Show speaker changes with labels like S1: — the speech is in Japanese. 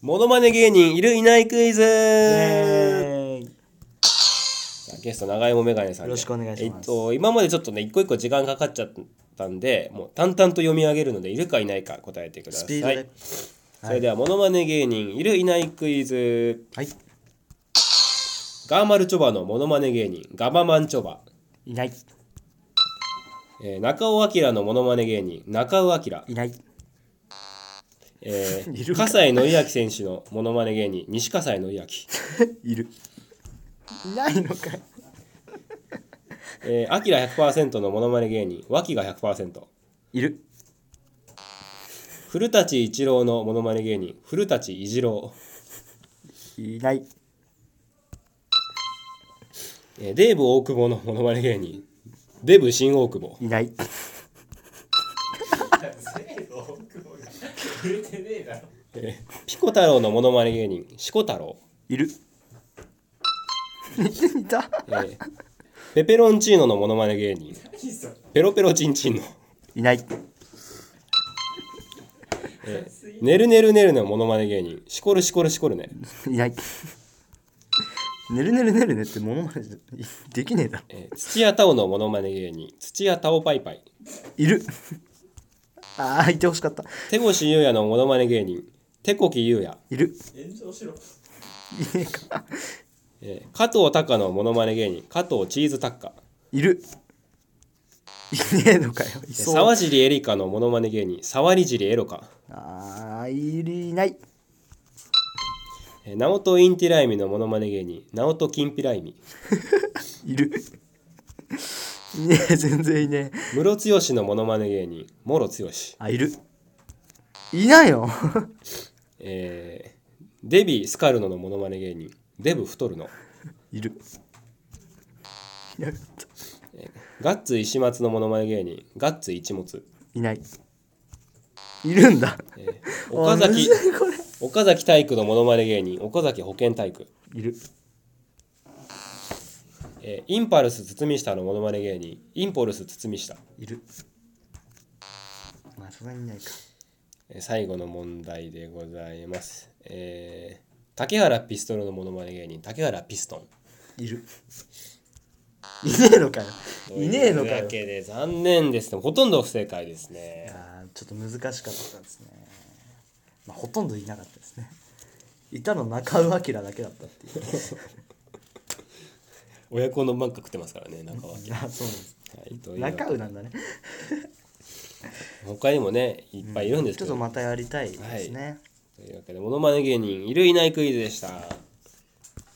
S1: モノマネ芸人いるいないクイズ
S2: イエーイ
S1: さあゲスト長芋メガネさんで
S2: よろしくお願いします
S1: えっと、今までちょっとね一個一個時間かかっちゃったんでもう淡々と読み上げるのでいるかいないか答えてください
S2: スピードで、
S1: それではモノマネ芸人いるいないクイズ
S2: はい、
S1: ガーマルチョバのモノマネ芸人ガバマンチョバ、
S2: いない
S1: えー中尾明のモノマネ芸人中尾明、
S2: いない
S1: え
S2: い
S1: ー、
S2: るか
S1: 葛西紀明選手のモノマネ芸人西葛西紀明、
S2: いるいないのかい
S1: えー、アキラ100%のモノマネ芸人脇が100%
S2: いる
S1: 古舘一郎のモノマネ芸人古舘伊次郎、
S2: いない
S1: えーデーブ大久保のモノマネ芸人デブ新大久保
S2: いない
S1: ピコ太郎のモノマネ芸人シコ太郎、
S2: いるいた
S1: えーペペロンチーノのモノマネ芸人ペロペロチンチンの、
S2: いない
S1: えーねるねるねるのモノマネ芸人シコルシコルシコルね、
S2: いないねるねるねるねってモノマネじゃできねえだろ
S1: えー土屋太鳳のモノマネ芸人土屋太鳳パイパイ
S2: いるああいてほしかった
S1: 手越優也のモノマネ芸人手こき優也
S2: いる炎上しろいねえか
S1: えー加藤鷹のモノマネ芸人加藤チーズタッカ
S2: いるいねえのかよいそう
S1: 沢尻エリカのモノマネ芸人沢尻エロカ、
S2: あーいるいない
S1: えー、直人インティライミのモノマネ芸人直人キンピライミ
S2: いるいねえ全然いねえ
S1: ムロツヨシのモノマネ芸人モロツヨシ、
S2: あいるいないよ
S1: えーデビースカルノのモノマネ芸人デブ太るの
S2: いるいなかっ
S1: ガッツ石松のモノマネ芸人ガッツ一物、
S2: たいないいるんだ
S1: えー岡崎
S2: あむずいこれ
S1: 岡崎体育のモノマネ芸人岡崎保健体育、
S2: いる
S1: えーインパルス堤下のモノマネ芸人インポルス堤下
S2: いるまあそんなにいないか
S1: えー最後の問題でございます。えー竹原ピストルのモノマネ芸人竹原ピストン。
S2: いるいねえのかよいねえの
S1: という
S2: かよ
S1: わけで残念ですね。ほとんど不正解ですね。
S2: あーちょっと難しかったですね、まあ、ほとんどいなかったですねいたの中尾明だけだったっていう
S1: 親子のばっか食ってますからね、中は。はい
S2: やそうです
S1: い、というわけで
S2: 中尾なんだね
S1: 他にもね、いっぱいいるんです
S2: ち
S1: け
S2: ょっ
S1: ど。
S2: とまたやりたいですね、
S1: というわけで、モノマネ芸人いるいないクイズでした。